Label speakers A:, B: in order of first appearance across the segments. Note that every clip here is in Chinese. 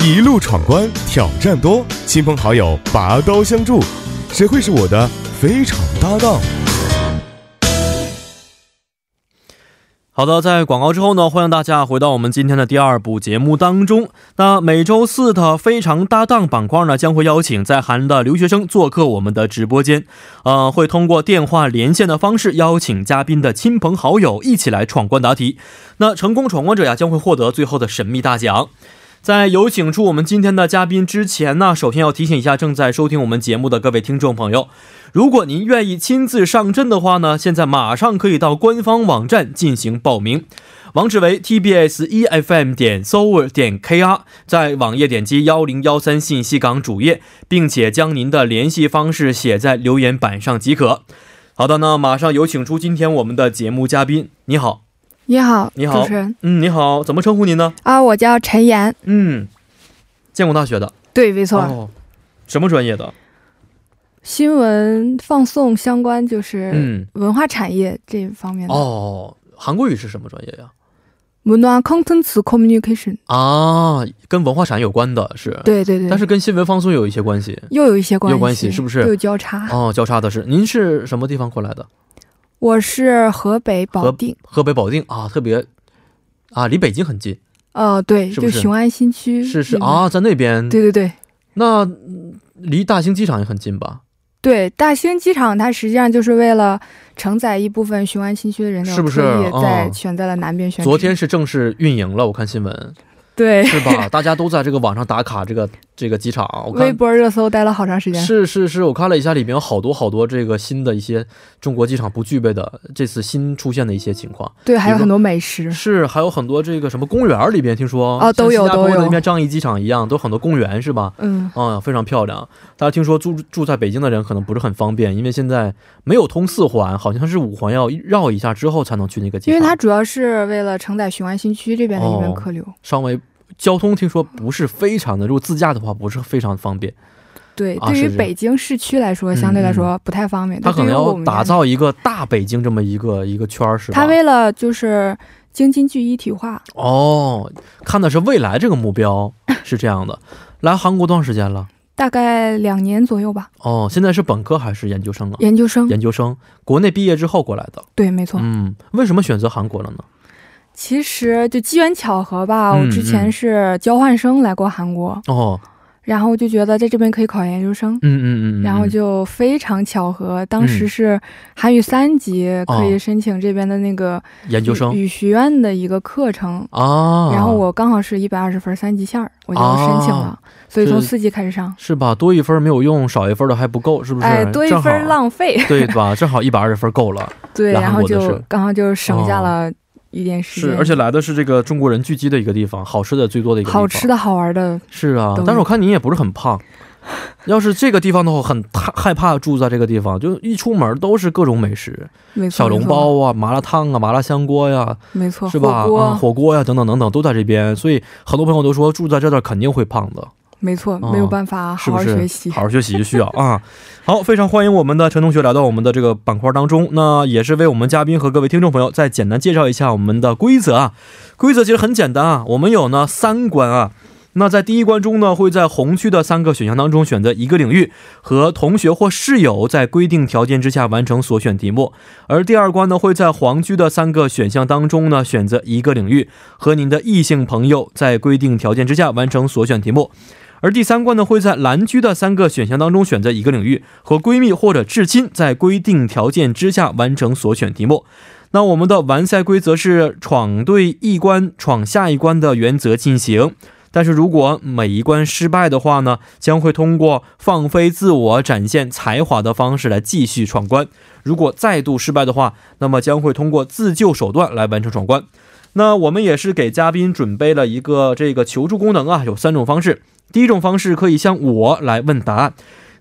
A: 一路闯关，挑战多，亲朋好友拔刀相助，谁会是我的非常搭档？
B: 好的，在广告之后呢，欢迎大家回到我们今天的第二部节目当中。那每周四的非常搭档板块呢，将会邀请在韩的留学生做客我们的直播间，呃，会通过电话连线的方式邀请嘉宾的亲朋好友一起来闯关答题。那成功闯关者呀，将会获得最后的神秘大奖。在有请出我们今天的嘉宾之前呢，首先要提醒一下正在收听我们节目的各位听众朋友，如果您愿意亲自上阵的话呢，现在马上可以到官方网站进行报名，网址为 tbs efm E 点 s o u r 点 kr，在网页点击幺零幺三信息港主页，并且将您的联系方式写在留言板上即可。好的，那马上有请出今天我们的节目嘉宾。你好，
C: 你好，
B: 你好
C: 主持人
B: 嗯，你好，怎么称呼您呢？
C: 啊，我叫陈岩，
B: 嗯，建国大学的。
C: 对，没错，
B: 哦，什么专业的？
C: 新闻放送相关就是
B: 嗯，
C: 文化产业这方面的。
B: 哦，韩国语是什么专业呀？
C: 文化 contents communication，
B: 啊，跟文化产业有关的是，
C: 对对对，
B: 呃但是跟新闻放松有一些关 系。
C: 又有一些关系，
B: 有关系是不是
C: 又有交叉？
B: 哦，交叉的是，您是什么地方过来的？
C: 我是河北保
B: 河
C: 定，
B: 河北保定啊，特别啊，离北京很近，
C: 呃，对，
B: 是不是
C: 就雄安新区，
B: 是是，啊，在那边，
C: 嗯对对对
B: 那嗯离大兴机场也很近吧？
C: 对，大兴机场它实际上就是为了承载一部分雄安新区的人流，
B: 是不是
C: 特意在
B: 哦
C: 选在了南边选址？
B: 昨天是正式运营了，我看新 闻
C: 对
B: 是吧？大家都在这个网上打卡这个这个机场，我
C: 微
B: 看
C: 博热搜待了好长时间，
B: 是是是，我看了一下，里面有好多好多这个新的一些中国机场不具备的，这次新出现的一些情况。
C: 对，还有
B: 比如
C: 很多美食，
B: 是，还有很多这个什么公园儿里边，听说
C: 哦都有
B: 像新加坡
C: 都有
B: 的那边樟宜机场一样，都有很多公园是吧？
C: 嗯，
B: 啊、非常漂亮。大家听说住住在北京的人可能不是很方便，因为现在没有通四环，好像是五环要绕一下之后才能去那个机
C: 因
B: 场。
C: 为它主要是为了承载雄安新区这边的一
B: 哦
C: 边客流。
B: 稍微交通听说不是非常的，如果自驾的话不是非常方便，
C: 对，
B: 啊
C: 对于
B: 是是
C: 北京市区来说，
B: 嗯
C: 相对来说不太方便。
B: 他
C: 但
B: 可能
C: 对于我
B: 要
C: 们
B: 打
C: 来
B: 造一个大北京这么一个一个圈儿是
C: 说，
B: 吧？
C: 它为了就是京津冀一体化，
B: 哦，看的是未来这个目标是这样的。来韩国多长时间了？
C: 大概两年左右吧，
B: 哦，现在是本科还是研究生啊？
C: 研究生。
B: 研究生，国内毕业之后过来的。
C: 对，没错。
B: 嗯，为什么选择韩国了呢？
C: 其实就机缘巧合吧，
B: 嗯
C: 我之前是交换生来过韩国，
B: 哦，
C: 然后就觉得在这边可以考研究生。
B: 嗯嗯嗯，嗯
C: 然后
B: 嗯
C: 就非常巧合，当
B: 嗯
C: 时是韩语三级可以
B: 哦
C: 申请这边的那个
B: 研究生
C: 语语学院的一个课程，
B: 啊，
C: 然后我刚好是一百二十分三级线儿，我就
B: 啊
C: 申请了，所以从
B: 是
C: 四级开始上。
B: 是吧？多一分没有用，少一分的还不够，是不是？
C: 哎，多一
B: 正好
C: 分浪费，
B: 对吧？正好一百二十分够了。
C: 对，
B: 然
C: 然
B: 后
C: 后
B: 我的哦
C: 就是刚好就省下了一点时间，
B: 是，而且来的是这个中国人聚集的一个地方，好吃的最多的一个地方。
C: 好吃的好玩的，
B: 是啊
C: 都，
B: 但是我看你也不是很胖。要是这个地方的话，很害害怕住在这个地方，就一出门都是各种美食，
C: 没错，
B: 小笼包啊、麻辣烫啊、麻辣香锅呀、
C: 没错，没错，
B: 是吧？
C: 火锅、
B: 啊、火锅呀、等等等等都在这边，所以很多朋友都说住在这儿肯定会胖的，
C: 没错，
B: 哦
C: 没有办法，
B: 是
C: 好
B: 不
C: 好
B: 是？
C: 学习。
B: 好好学习需要啊。好，非常欢迎我们的陈同学来到我们的这个板块当中，那也是为我们嘉宾和各位听众朋友再简单介绍一下我们的规则啊。规则其实很简单啊，我们有呢三关啊。那在第一关中呢，会在红区的三个选项当中选择一个领域，和同学或室友在规定条件之下完成所选题目；而第二关呢，会在黄区的三个选项当中呢，选择一个领域，和您的异性朋友在规定条件之下完成所选题目；而第三关呢，会在蓝区的三个选项当中选择一个领域，和闺蜜或者至亲在规定条件之下完成所选题目。那我们的完赛规则是闯对一关、闯下一关的原则进行。但是如果每一关失败的话呢，将会通过放飞自我、展现才华的方式来继续闯关。如果再度失败的话，那么将会通过自救手段来完成闯关。那我们也是给嘉宾准备了一个这个求助功能啊，有三种方式。第一种方式可以向我来问答案，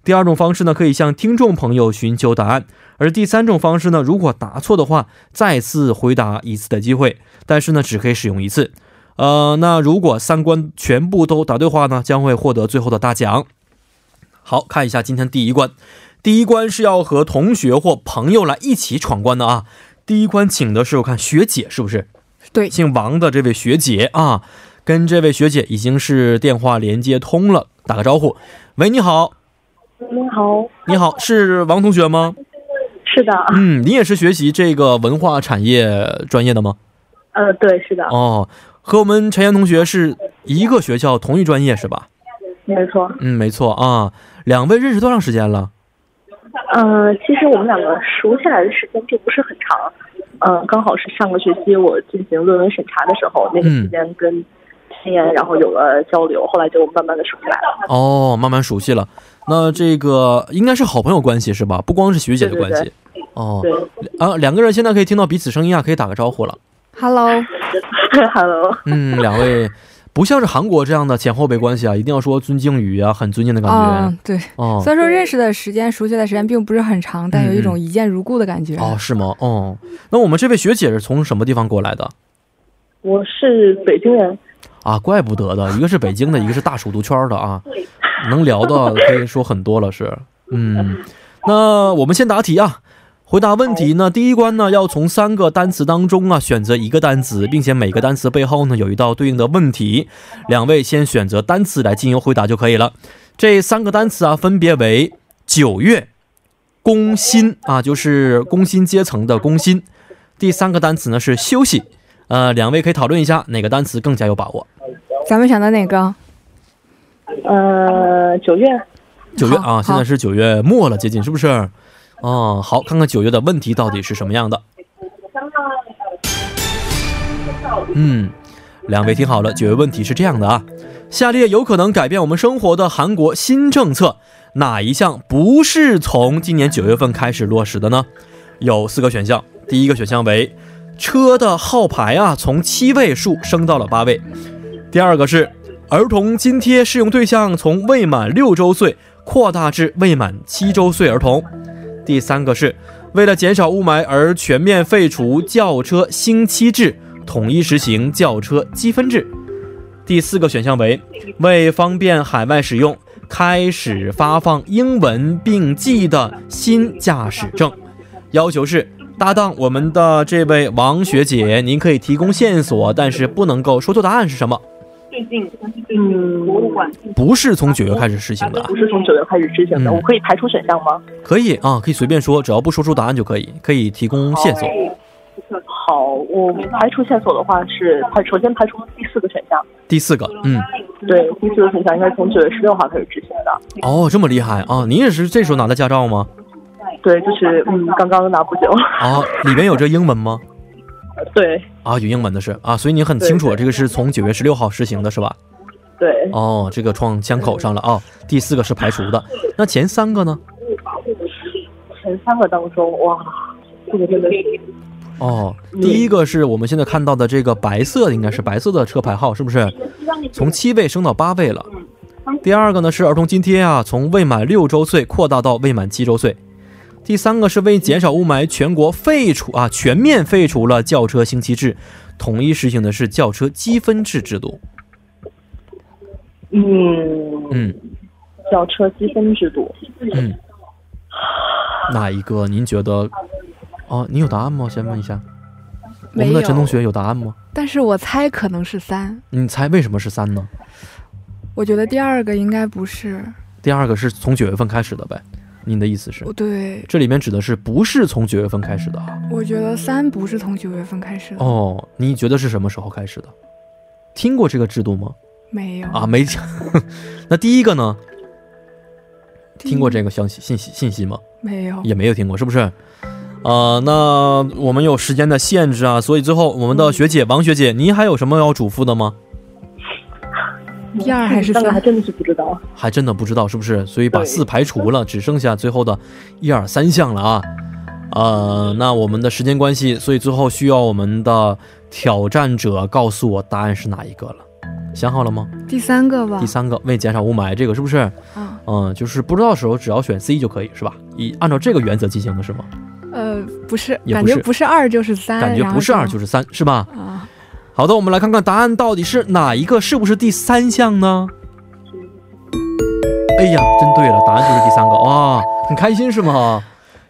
B: 第二种方式呢可以向听众朋友寻求答案，而第三种方式呢，如果答错的话，再次回答一次的机会，但是呢只可以使用一次。呃，那如果三关全部都答对的话呢，将会获得最后的大奖。好看一下今天第一关，第一关是要和同学或朋友来一起闯关的啊。第一关请的是我看学姐是不是？
C: 对
B: 姓王的这位学姐啊，跟这位学姐已经是电话连接通了，打个招呼。喂，你好，
D: 你好，
B: 你好，是王同学吗？
D: 是的，
B: 嗯，你也是学习这个文化产业专业的吗？
D: 呃，对，是的，
B: 哦，和我们陈岩同学是一个学校同一专业是吧？
D: 没错。
B: 嗯，没错啊。两位认识多长时间了？
D: 呃，其实我们两个熟下来的时间并不是很长，呃，刚好是上个学期我进行论文审查的时候，那
B: 嗯
D: 个期间跟青岩然后有了交流，后来就慢慢的熟起来了。
B: 哦，慢慢熟悉了。那这个应该是好朋友关系是吧？不光是学姐的
D: 对对
B: 关系。哦
D: 对
B: 啊，两个人现在可以听到彼此声音啊，可以打个招呼了。
C: Hello，
D: ，Hello，
B: 嗯，两位不像是韩国这样的前后辈关系啊，一定要说尊敬语啊，很尊敬的感
C: 啊、
B: 觉。
C: 对，
B: 哦嗯
C: 虽然说认识的时间、熟悉的时间并不是很长，但有一种一见如故的感觉。
B: 哦，是吗？哦，那我们这位学姐是从什么地方过来的
D: 我是北京人，
B: 啊？怪不得的，一个是北京的，一个是大首都圈的啊，能聊的可以说很多了，是。嗯，那我们先答题啊。回答问题呢，第一关呢要从三个单词当中啊选择一个单词，并且每个单词背后呢有一道对应的问题，两位先选择单词来进行回答就可以了。这三个单词啊分别为九月、工薪啊，就是工薪阶层的工薪。第三个单词呢是休息，呃，两位可以讨论一下哪个单词更加有把握。
C: 咱们选的哪个？
D: 呃，九月，
B: 嗯九月
C: 好
B: 啊，现在
C: 好
B: 是九月末了，接近是不是？哦，好，看看九月的问题到底是什么样的。嗯，两位听好了，九月问题是这样的啊：下列有可能改变我们生活的韩国新政策，哪一项不是从今年九月份开始落实的呢？有四个选项，第一个选项为车的号牌啊从七位数升到了八位，第二个是儿童津贴适用对象从未满六周岁扩大至未满七周岁儿童。第三个是为了减少雾霾而全面废除轿车星期制，统一实行轿车积分制。第四个选项为为方便海外使用，开始发放英文并记的新驾驶证。要求是搭档我们的这位王学姐，您可以提供线索，但是不能够说出答案是什么。
D: 嗯，
B: 不是从九月开始实行的啊
D: 不，是从九月开始执行的，
B: 嗯
D: 我可以排除选项吗？
B: 可以啊，可以随便说，只要不说出答案就可以，可以提供线
E: 哦
B: 索。
D: 好，我排除线索的话是排，首先排除第四个选项，
B: 第四个，嗯，
D: 对，第四个选项应该是从九月十六号开始执行的，
B: 哦，这么厉害啊！您也是这时候拿的驾照吗？
D: 对，就是嗯，刚刚拿不久，
B: 啊，里边有这英文吗？
D: 对
B: 啊，有英文的是啊，所以您很清楚这个是从九月十六号实行的是吧？
D: 对，
B: 哦，这个撞枪口上了啊。第四个是排除的，那前三个呢？
D: 前三个当中，哇，这个真的是
B: 哦，第一个是我们现在看到的这个白色的，应该是白色的车牌号，是不是？从七位升到八位了。第二个呢是儿童津贴啊，从未满六周岁扩大到未满七周岁。第三个是为减少雾霾，全国废除啊，全面废除了轿车星期制，统一实行的是轿车积分制制度。
D: 嗯，
B: 嗯
D: 轿车积分制度，
B: 嗯，哪一个您觉得？哦，您有答案吗？先问一下，我
C: 没
B: 们
C: 有
B: 的陈同学有答案吗？
C: 但是我猜可能是三，
B: 你猜为什么是三呢？
C: 我觉得第二个应该不是。
B: 第二个是从九月份开始的呗？您的意思是？
C: 对，
B: 这里面指的是不是从九月份开始的啊？
C: 我觉得三不是从九月份开始的，
B: 哦，你觉得是什么时候开始的？听过这个制度吗？
C: 没有
B: 啊，没听。 那第一个呢？听过
C: 个
B: 这个消息信息信息吗？
C: 没有？
B: 也没有听过，是不是？呃，那我们有时间的限制啊，所以最后我们的学姐王学姐，您还有什么要嘱咐的吗？嗯
C: 第 二还是
D: 三个还
C: 三？
D: 真的是不知道，
B: 还真的不知道是不是，所以把
D: 对
B: 四排除了，只剩下最后的一二三项了啊。呃，那我们的时间关系，所以最后需要我们的挑战者告诉我答案是哪一个了。想好了吗？
C: 第三个吧
B: 第。三个，为减少雾霾，这个是不是？
C: 啊，
B: 嗯，就是不知道的时候只要选 C 就可以，是吧？以按照这个原则进行的是吗？
C: 呃，不是，
B: 也
C: 感
B: 不
C: 觉
B: 是
C: 不是二就是三，
B: 感觉
C: 然后
B: 不是二就是是三，是吧？
C: 啊，
B: 好的，我们来看看答案到底是哪一个，是不是第三项呢？哎呀，真对了，答案就是第三个哇、很开心是吗？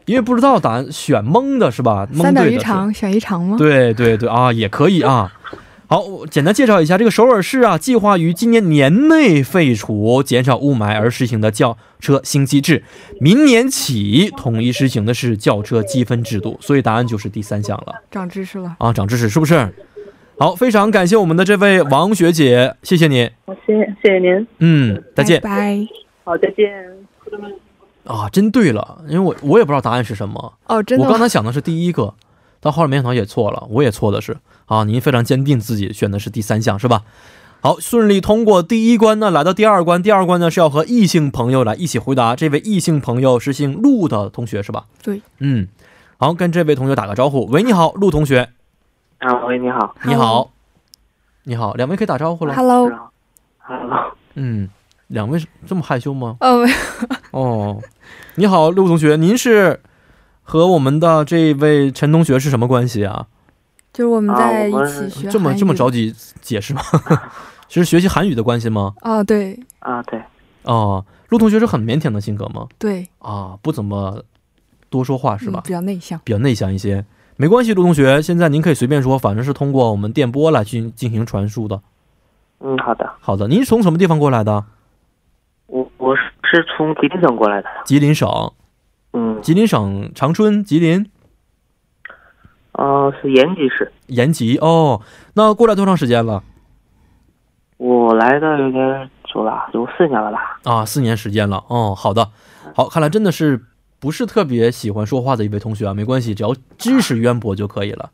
B: 因为不知道答案选蒙的是吧？蒙
C: 三
B: 对
C: 等
B: 的是
C: 于嗯长选一长吗？
B: 对对对啊，也可以啊。好，我简单介绍一下这个首尔市啊，计划于今年年内废除减少雾霾而实行的轿车新机制，明年起统一实行的是轿车积分制度，所以答案就是第三项了
C: 长知识了。
B: 啊，长知识是不是？好，非常感谢我们的这位王学姐，谢谢你。
D: 好，谢谢谢谢您，
B: 嗯，再见
C: 拜拜。
D: 好，再见。
B: 啊，真对了，因为我我也不知道答案是什么，
C: 哦，真的
B: 我
C: 吗
B: 刚才想的是第一个，到后来没想到也错了，我也错的是啊。您非常坚定自己选的是第三项是吧？好，顺利通过第一关呢，来到第二关。第二关呢是要和异性朋友来一起回答。这位异性朋友是姓陆的同学是吧？
C: 对，
B: 嗯，好，跟这位同学打个招呼。喂，你好，陆同学，
E: 啊，喂，你好。
B: 你好，你好，两位可以打招呼了。
C: Hello，
E: 是啊 Hello，
B: 嗯，两位是这么害羞吗？
C: 呃，
B: 哦，你好，陆同学，您是和我们的这位陈同学是什么关系啊？
C: 就是我们
E: 啊
C: 在一
E: 我们
C: 起学
B: 这么
C: 韩语
B: 这么着急解释吗？ 是学习韩语的关系吗？
C: 哦，对
E: 啊，对，
B: 哦，陆同学是很腼腆的性格吗？
C: 对，
B: 啊，不怎么多说话是吧
C: 嗯？比较内向。
B: 比较内向一些。没关系，陆同学，现在您可以随便说，反正是通过我们电波来进进行传输的。
E: 嗯，好的。
B: 好的，您是从什么地方过来的？
E: 我我是是从吉林省过来的。
B: 吉林省，
E: 嗯，
B: 吉林省长春，吉林
E: 哦、是延吉市。
B: 延吉。哦，那过来多长时间了？
E: 我来的有点久了，有四年了吧？
B: 啊，四年时间了。哦，好的，好，看来真的是不是特别喜欢说话的一位同学啊，没关系，只要知识渊博就可以了。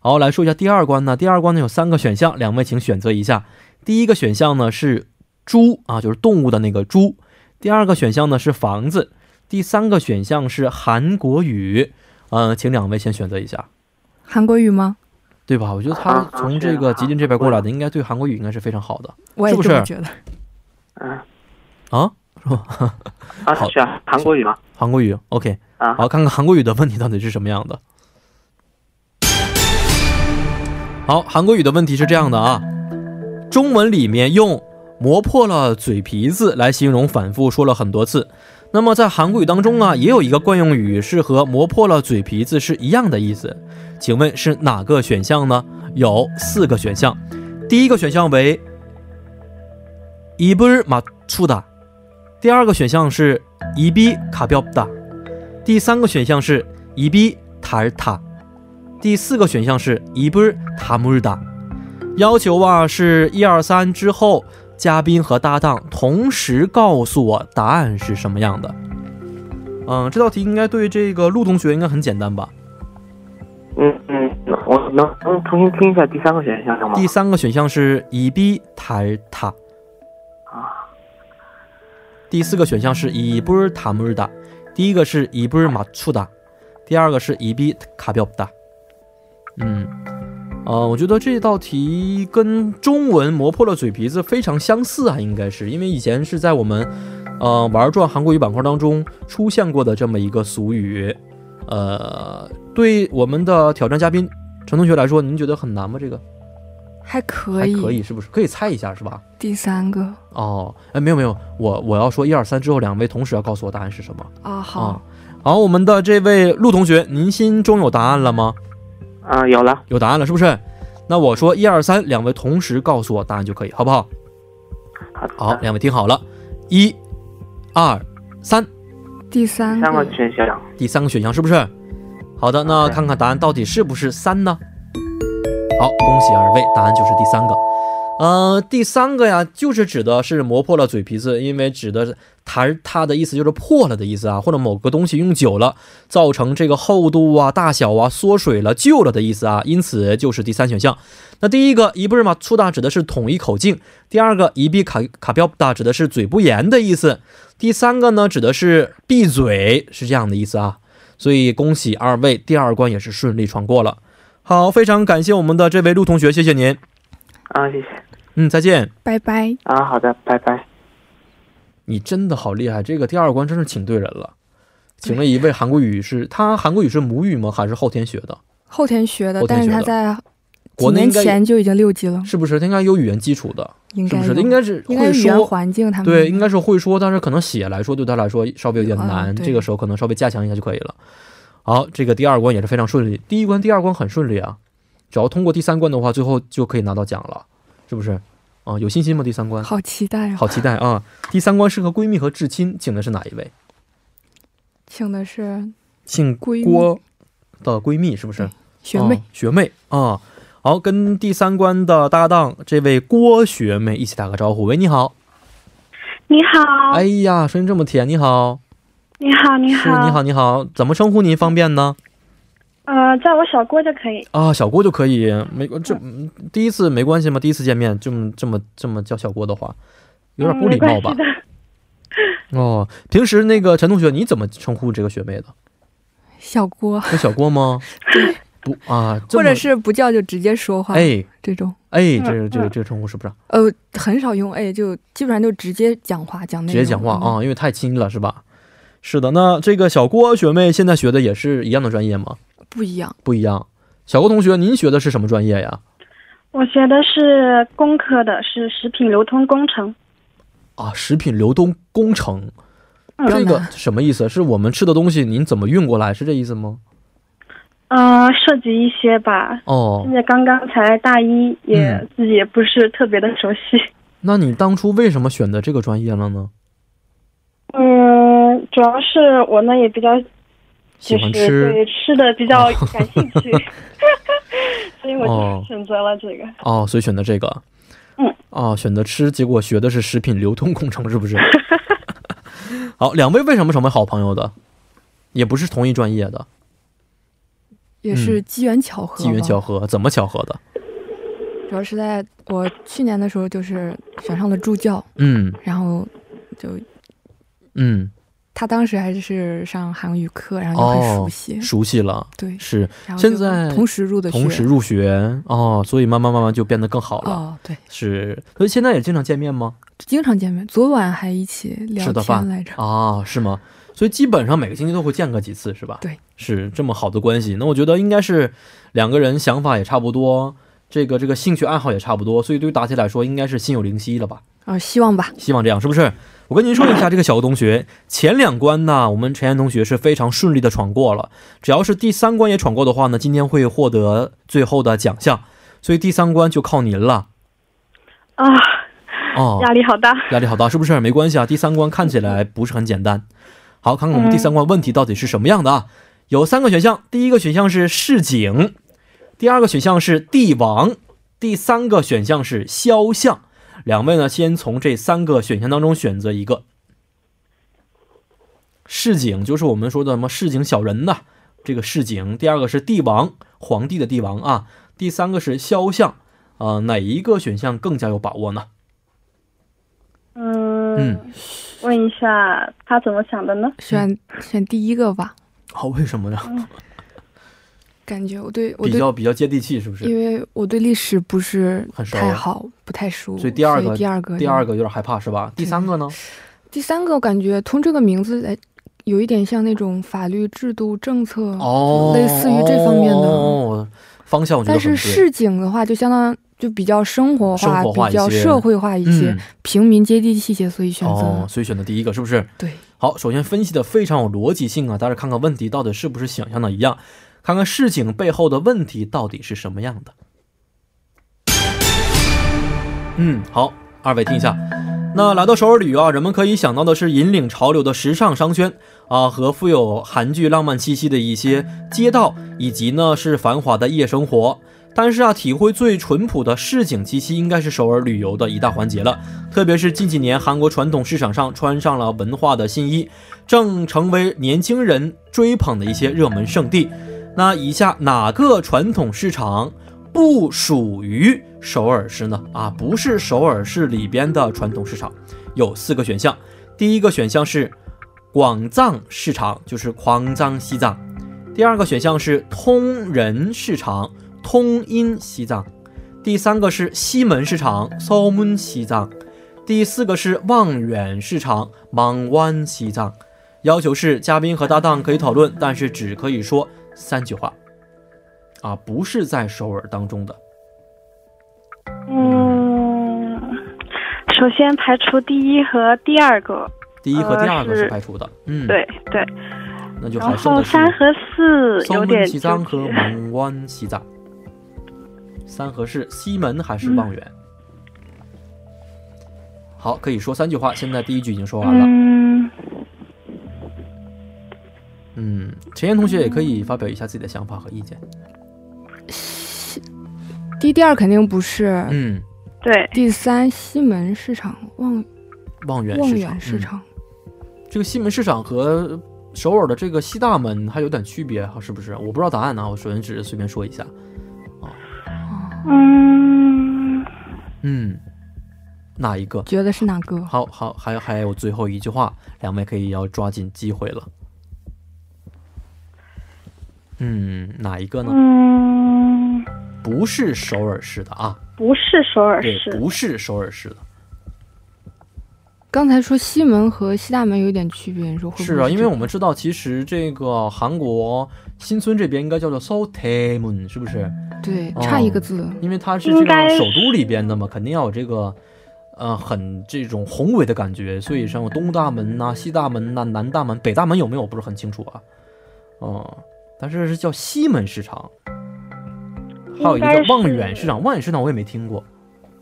B: 好，来说一下第二关呢。第二关呢有三个选项，两位请选择一下。第一个选项呢是猪啊，就是动物的那个猪；第二个选项呢是房子；第三个选项是韩国语。嗯、请两位先选择一下，
C: 韩国语吗？
B: 对吧？我觉得他
E: 啊
B: 从这个吉林这边过来的，应该对韩国语应该是非常好的
C: 我也
B: 是不
C: 这
B: 是
C: 么觉得。
E: 嗯，
B: 啊。
E: 啊
B: 好，
E: 选韩国语吗？
B: 韩国语，OK。
E: 啊
B: 好，看看韩国语的问题到底是什么样的。好，韩国语的问题是这样的啊，中文里面用磨破了嘴皮子来形容反复说了很多次。那么在韩国语当中啊，也有一个惯用语是和磨破了嘴皮子是一样的意思，请问是哪个选项呢？有四个选项，第一个选项为입을맞추다，第二个选项是입이가볍다，第三个选项是입이닳다，第四个选项是입을다물다。要求啊是一二三之后，嘉宾和搭档同时告诉我答案是什么样的。嗯，这道题应该对这个陆同学应该很简单吧？
E: 嗯嗯，我能能重新听一下第三个选项吗？
B: 第三个选项是입이닳다，
E: 啊，
B: 第四个选项是입을다물다，第一个是입을맞추다，第二个是입이가볍다。嗯，呃，我觉得这道题跟中文磨破了嘴皮子非常相似啊，应该是因为以前是在我们呃玩转韩国语板块当中出现过的这么一个俗语。呃，对我们的挑战嘉宾陈同学来说，您觉得很难吗？这个
C: 还可
B: 还
C: 以，
B: 可以，是不是？可以猜一下是吧？
C: 第三个
B: 哦，哎，没有没有，我我要说一二三之后，两位同时要告诉我答案是什么。
C: 啊，
B: 啊
C: 好，
B: 好，我们的这位陆同学，您心中有答案了吗？
E: 啊，有了。
B: 有答案了，是不是？那我说一二三，两位同时告诉我答案就可以，好不好？
E: 好的。
B: 好，两位听好了，一、二、三，
C: 第三
E: 第三个
C: 个
E: 选项
B: 第三个选项是不是？好的，那
E: 对
B: 看看答案到底是不是三呢？好，恭喜二位，答案就是第三个。呃，第三个呀，就是指的是磨破了嘴皮子，因为指的是它它的意思就是破了的意思啊，或者某个东西用久了造成这个厚度啊、大小啊缩水了、旧了的意思啊，因此就是第三选项。那第一个一不是嘛粗大指的是统一口径，第二个一闭卡卡标大指的是嘴不严的意思，第三个呢指的是闭嘴，是这样的意思啊。所以恭喜二位，第二关也是顺利闯过了。好，非常感谢我们的这位陆同学，谢谢您。
E: 啊，谢谢。
B: 嗯，再见。
C: 拜拜。
E: 啊，好的，拜拜。
B: 你真的好厉害，这个第二关真是请对人了，请了一位韩国语是他韩国语是母语吗？还是后天学的？
C: 后天学的
B: 后，天
C: 但
B: 学
C: 是
B: 的
C: 他在几
B: 国内
C: 年
B: 应该
C: 前就已经六级了，
B: 是不是？他应该有语言基础的，
C: 应
B: 是
C: 该
B: 不
C: 有
B: 是？应该是
C: 应该
B: 会
C: 语言
B: 说，
C: 环境他们
B: 对，应该是会说，但是可能写来说对他来说稍微有点难，
C: 嗯对
B: 这个时候可能稍微加强一下就可以了。好，这个第二关也是非常顺利，第一关、第二关很顺利啊，只要通过第三关的话，最后就可以拿到奖了，是不是？啊、有信心吗？第三关，
C: 好期待啊！
B: 好期待啊！第三关是和闺蜜和至亲，请的是哪一位？
C: 请的是
B: 请
C: 闺蜜
B: 郭的闺蜜是不是？
C: 嗯学妹
B: 啊，学妹啊。好，跟第三关的搭档这位郭学妹一起打个招呼。喂，你好。
F: 你好，
B: 哎呀，声音这么甜，你好。
F: 你好，你
B: 是，
F: 好，
B: 你好，。你好。怎么称呼您方便呢？
F: 呃，叫我小郭就可以。
B: 啊，小郭就可以，没这嗯第一次没关系吗？第一次见面，这么这么这么叫小郭的话，有点不礼貌
F: 嗯
B: 吧
F: 没关系？的
B: 哦，平时那个陈同学，你怎么称呼这个学妹的？
C: 小郭，
B: 叫小 郭吗？不啊， 这
C: 或
B: 么
C: 者是不叫就直接说话，
B: 哎
C: 这种，
B: 哎，这个这个这个称呼是不是
C: 呃，很少用哎，就基本上就直接讲话，讲内
B: 直
C: 容嗯
B: 接讲话，啊？因为太亲了是吧？是的，那这个小郭学妹现在学的也是一样的专业吗？
C: 嗯不一样，
B: 不一样。小郭同学，您学的是什么专业呀？
F: 我学的是工科的，是食品流通工程。
B: 啊，食品流通工程，
F: 嗯
B: 这个什么意思？是我们吃的东西您怎么运过来，是这意思吗？
F: 呃，涉及一些吧。
B: 哦
F: 现，在刚刚才大一，也
B: 嗯
F: 自己也不是特别的熟悉。
B: 那你当初为什么选择这个专业了呢？
F: 嗯，主要是我呢也比较
B: 喜
F: 就
B: 欢
F: 是
B: 吃
F: 对吃的比较感兴 趣，所以我
B: 哦
F: 就选择了这个。
B: 哦，所以选择这个。
F: 嗯。
B: 哦，选择吃，结果学的是食品流通工程，是不 是？好，两位为什么成为好朋友的？也不是同一专业的，
C: 也是机缘巧
B: 嗯
C: 合，
B: 机缘巧，合，怎么巧合的？
C: 主要是在我去年的时候，就是选上了助教，
B: 嗯
C: 然后就
B: 嗯，
C: 他当时还是上韩语课，然后就很熟悉，
B: 熟悉了，
C: 对，
B: 是
C: 然后就
B: 哦现在
C: 同时入的学，
B: 同时入学哦，所以慢慢慢慢就变得更好了。
C: 哦，对，
B: 是，所以现在也经常见面吗？
C: 经常见面，昨晚还一起聊
B: 吃的饭
C: 天来着，
B: 啊，是吗？所以基本上每个星期都会见个几次，是吧？
C: 对，
B: 是这么好的关系。那我觉得应该是两个人想法也差不多，这个这个兴趣爱好也差不多，所以对于打起来说，应该是心有灵犀了吧？
C: 啊，希望吧，
B: 希望这样，是不是？我跟您说一下，这个小欧同学前两关呢，我们陈岩同学是非常顺利的闯过了。只要是第三关也闯过的话呢，今天会获得最后的奖项，所以第三关就靠您了
F: 啊，
B: 哦。
F: 压力好大。
B: 压力好大，是不是？没关系啊，第三关看起来不是很简单。好，看看我们第三关问题到底是什么样的啊？有三个选项，第一个选项是市井，第二个选项是帝王，第三个选项是肖像。两位呢，先从这三个选项当中选择一个。市井就是我们说的什么市井小人呐，这个市井。第二个是帝王，皇帝的帝王啊。第三个是肖像，啊、哪一个选项更加有把握呢？
F: 嗯
B: 嗯，
F: 问一下他怎么想的呢？
C: 选选第一个吧，
B: 好，为什么呢？
C: 感觉我对我
B: 比
C: 对，
B: 较比较接地气，是不是？
C: 因为我不是不是
B: 很熟
C: 太好，不太熟，
B: 所以第二个
C: 第二个，
B: 第二，个有点害怕是吧？第三个呢？
C: 第三个，我感觉从这个名字来，有一点像那种法律制度政策，
B: 哦，
C: 嗯类似于这方面的
B: 哦，方向我觉得
C: 但
B: 很
C: 是
B: 对。
C: 市井的话，就相当就比较生活
B: 生
C: 化、
B: 活化一
C: 比较
B: 些
C: 社会化一些，
B: 嗯
C: 平民接地气一些，所以选择、
B: 哦，所以选择第一个是不是？
C: 对。
B: 好，首先分析的非常有逻辑性啊，大家看看问题到底是不是想象的一样，看看事情背后的问题到底是什么样的。嗯，好，二位听一下。那来到首尔旅游啊，人们可以想到的是引领潮流的时尚商圈啊，和富有韩剧浪漫气息的一些街道，以及呢是繁华的夜生活。但是啊，体会最淳朴的市井气息，应该是首尔旅游的一大环节了。特别是近几年韩国传统市场上穿上了文化的新衣，正成为年轻人追捧的一些热门圣地。那以下哪个传统市场不属于首尔市呢？啊，不是首尔市里边的传统市场，有四个选项。第一个选项是广藏市场，就是狂藏西藏；第二个选项是通仁市场，通音西藏；第三个是西门市场，搜门西藏。第四个是望远市场莽湾西藏，要求是嘉宾和搭档可以讨论，但是只可以说三句话，啊，不是在首尔当中的。
F: 嗯，首先排除第一和第二个，
B: 第一和第二个
F: 呃
B: 是
F: 是
B: 排除的，嗯，，
F: 对对，
B: 那就还
F: 然
B: 剩
F: 后
B: 的是
F: 三和四
B: 搜
F: 有
B: 门
F: 点
B: 西
F: 纠
B: 藏和
F: 结。
B: 莽湾西藏。三河市西门还是望远？
F: 嗯
B: 好，可以说三句话。现在第一句已经说完了。
F: 嗯，
B: 嗯，陈岩同学也可以发表一下自己的想法和意见。
C: 第第二肯定不是，
B: 嗯，
F: 对，
C: 第三西门市场望
B: 望远市场，
C: 望远市
B: 嗯
C: 场，
B: 这个西门市场和首尔的这个西大门还有点区别，哈，是不是？我不知道答案啊，我首先只是随便说一下。
C: 哦
F: 嗯，
B: 嗯，哪一个？
C: 觉得是哪个？
B: 好好，还有还有最后一句话，两位可以要抓紧机会了。嗯，哪一个呢？
F: 嗯，
B: 不是首尔市的啊，
F: 不是首尔
B: 对，
F: 市，
B: 不是首尔市的，
C: 刚才说西门和西大门有点区别，你说会不会
B: 是啊，因为
C: 这
B: 我们知道，其实这个韩国新村这边应该叫做 Seouldaemun，是不是？
C: 个对
B: 哦
C: 差一个字，
B: 因为它是这
F: 应
B: 个
F: 该是
B: 首都里边的嘛，肯定要有这个，呃，很这种宏伟的感觉。所以像东大门呐、西大门呐、南大门、北大门有没有我不是很清楚啊，哦、但是是叫西门市场，还有一个
F: 应该是
B: 叫望远市场，望远市场我也没听过，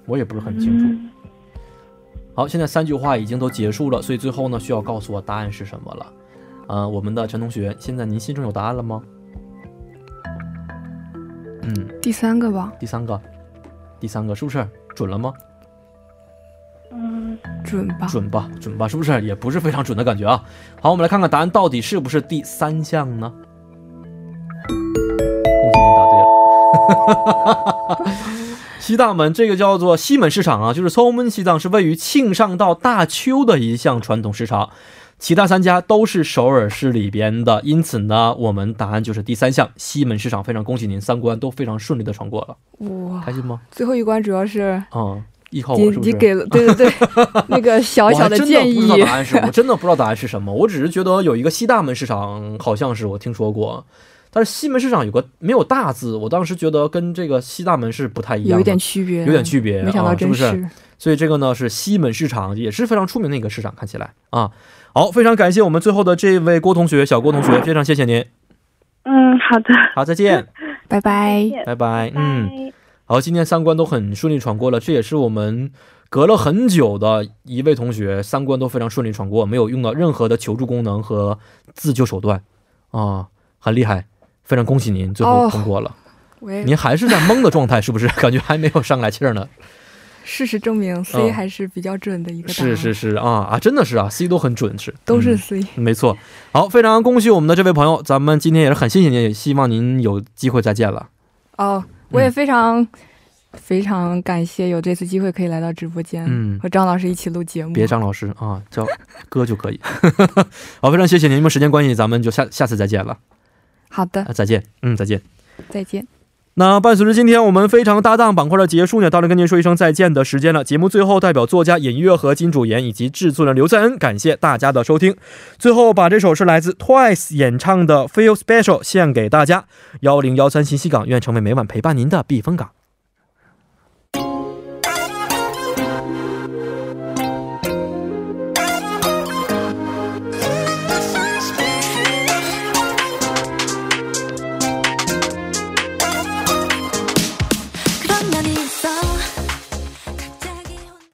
B: 我也不是很清楚。
F: 嗯，
B: 好，现在三句话已经都结束了，所以最后呢，需要告诉我答案是什么了。呃，我们的陈同学，现在您心中有答案了吗？嗯，
C: 第三个吧，
B: 第三个，第三个是不是准了吗？
F: 嗯，
C: 准吧？
B: 准吧，准吧，是不是也不是非常准的感觉啊？好，我们来看看答案到底是不是第三项呢？恭喜您答对了。 西大门这个叫做西门市场啊，就是 Somun 西藏是位于庆尚道大邱的一项传统市场，其他三家都是首尔市里边的，因此呢，我们答案就是第三项西门市场。非常恭喜您，三关都非常顺利的闯过了，
C: 哇
B: 开，心吗？
C: 最后一关主要是
B: 嗯，依靠我
C: 你
B: 是不
C: 你
B: 是？
C: 给了对对对 那个小
B: 我还
C: 小
B: 真
C: 建
B: 不
C: 议
B: 知，道答案 是，我真的不知道答案是什么。我只是觉得有一个西大门市场，好像是我听说过，但是西门市场有个没有大字，我当时觉得跟这个西大门是不太一样的，
C: 有一点区别，
B: 有点区别，
C: 没想
B: 啊
C: 到
B: 是
C: 真
B: 不是？所以这个呢是西门市场，也是非常出名的一个市场，看起来啊。好，非常感谢我们最后的这位郭同学，小郭同学，非常谢谢您。
F: 嗯，好的，
B: 好，再见，
C: 拜拜。
B: 拜拜。嗯。
F: 拜。
B: 好，今天三关都很顺利闯过了，这也是我们隔了很久的一位同学，三关都非常顺利闯过，没有用到任何的求助功能和自救手段，啊，很厉害，非常恭喜您最后
C: 哦
B: 通过了。
C: 喂，
B: 您还是在懵的状态，是不是？ 感觉还没有上来气儿呢。
C: 事实证明，C
B: 嗯
C: 还是比较准的一个答
B: 是
C: 案，
B: 是是啊啊，真的是啊，C 都很准是，
C: 都是
B: 嗯
C: C。
B: 没错。好，非常恭喜我们的这位朋友，咱们今天也是很谢谢您，也希望您有机会再见了。
C: 哦，我
B: 嗯
C: 也非常、非常感谢有这次机会可以来到直播间，
B: 嗯
C: 和张老师一起录节目。
B: 别张老师啊，叫哥就可以。 好，非常谢谢您，因为时间关系，咱们就下下次再见了，
C: 好的，
B: 啊，再见，嗯，再见。
C: 再见。
B: 那伴随着今天我们非常搭档板块的结束呢，到了跟您说一声再见的时间了。节目最后，代表作家尹月和金主妍以及制作人刘在恩，感谢大家的收听。最后把这首是来自 Twice 演唱的《Feel Special》献给大家。幺零幺三信息港，愿成为每晚陪伴您的避风港。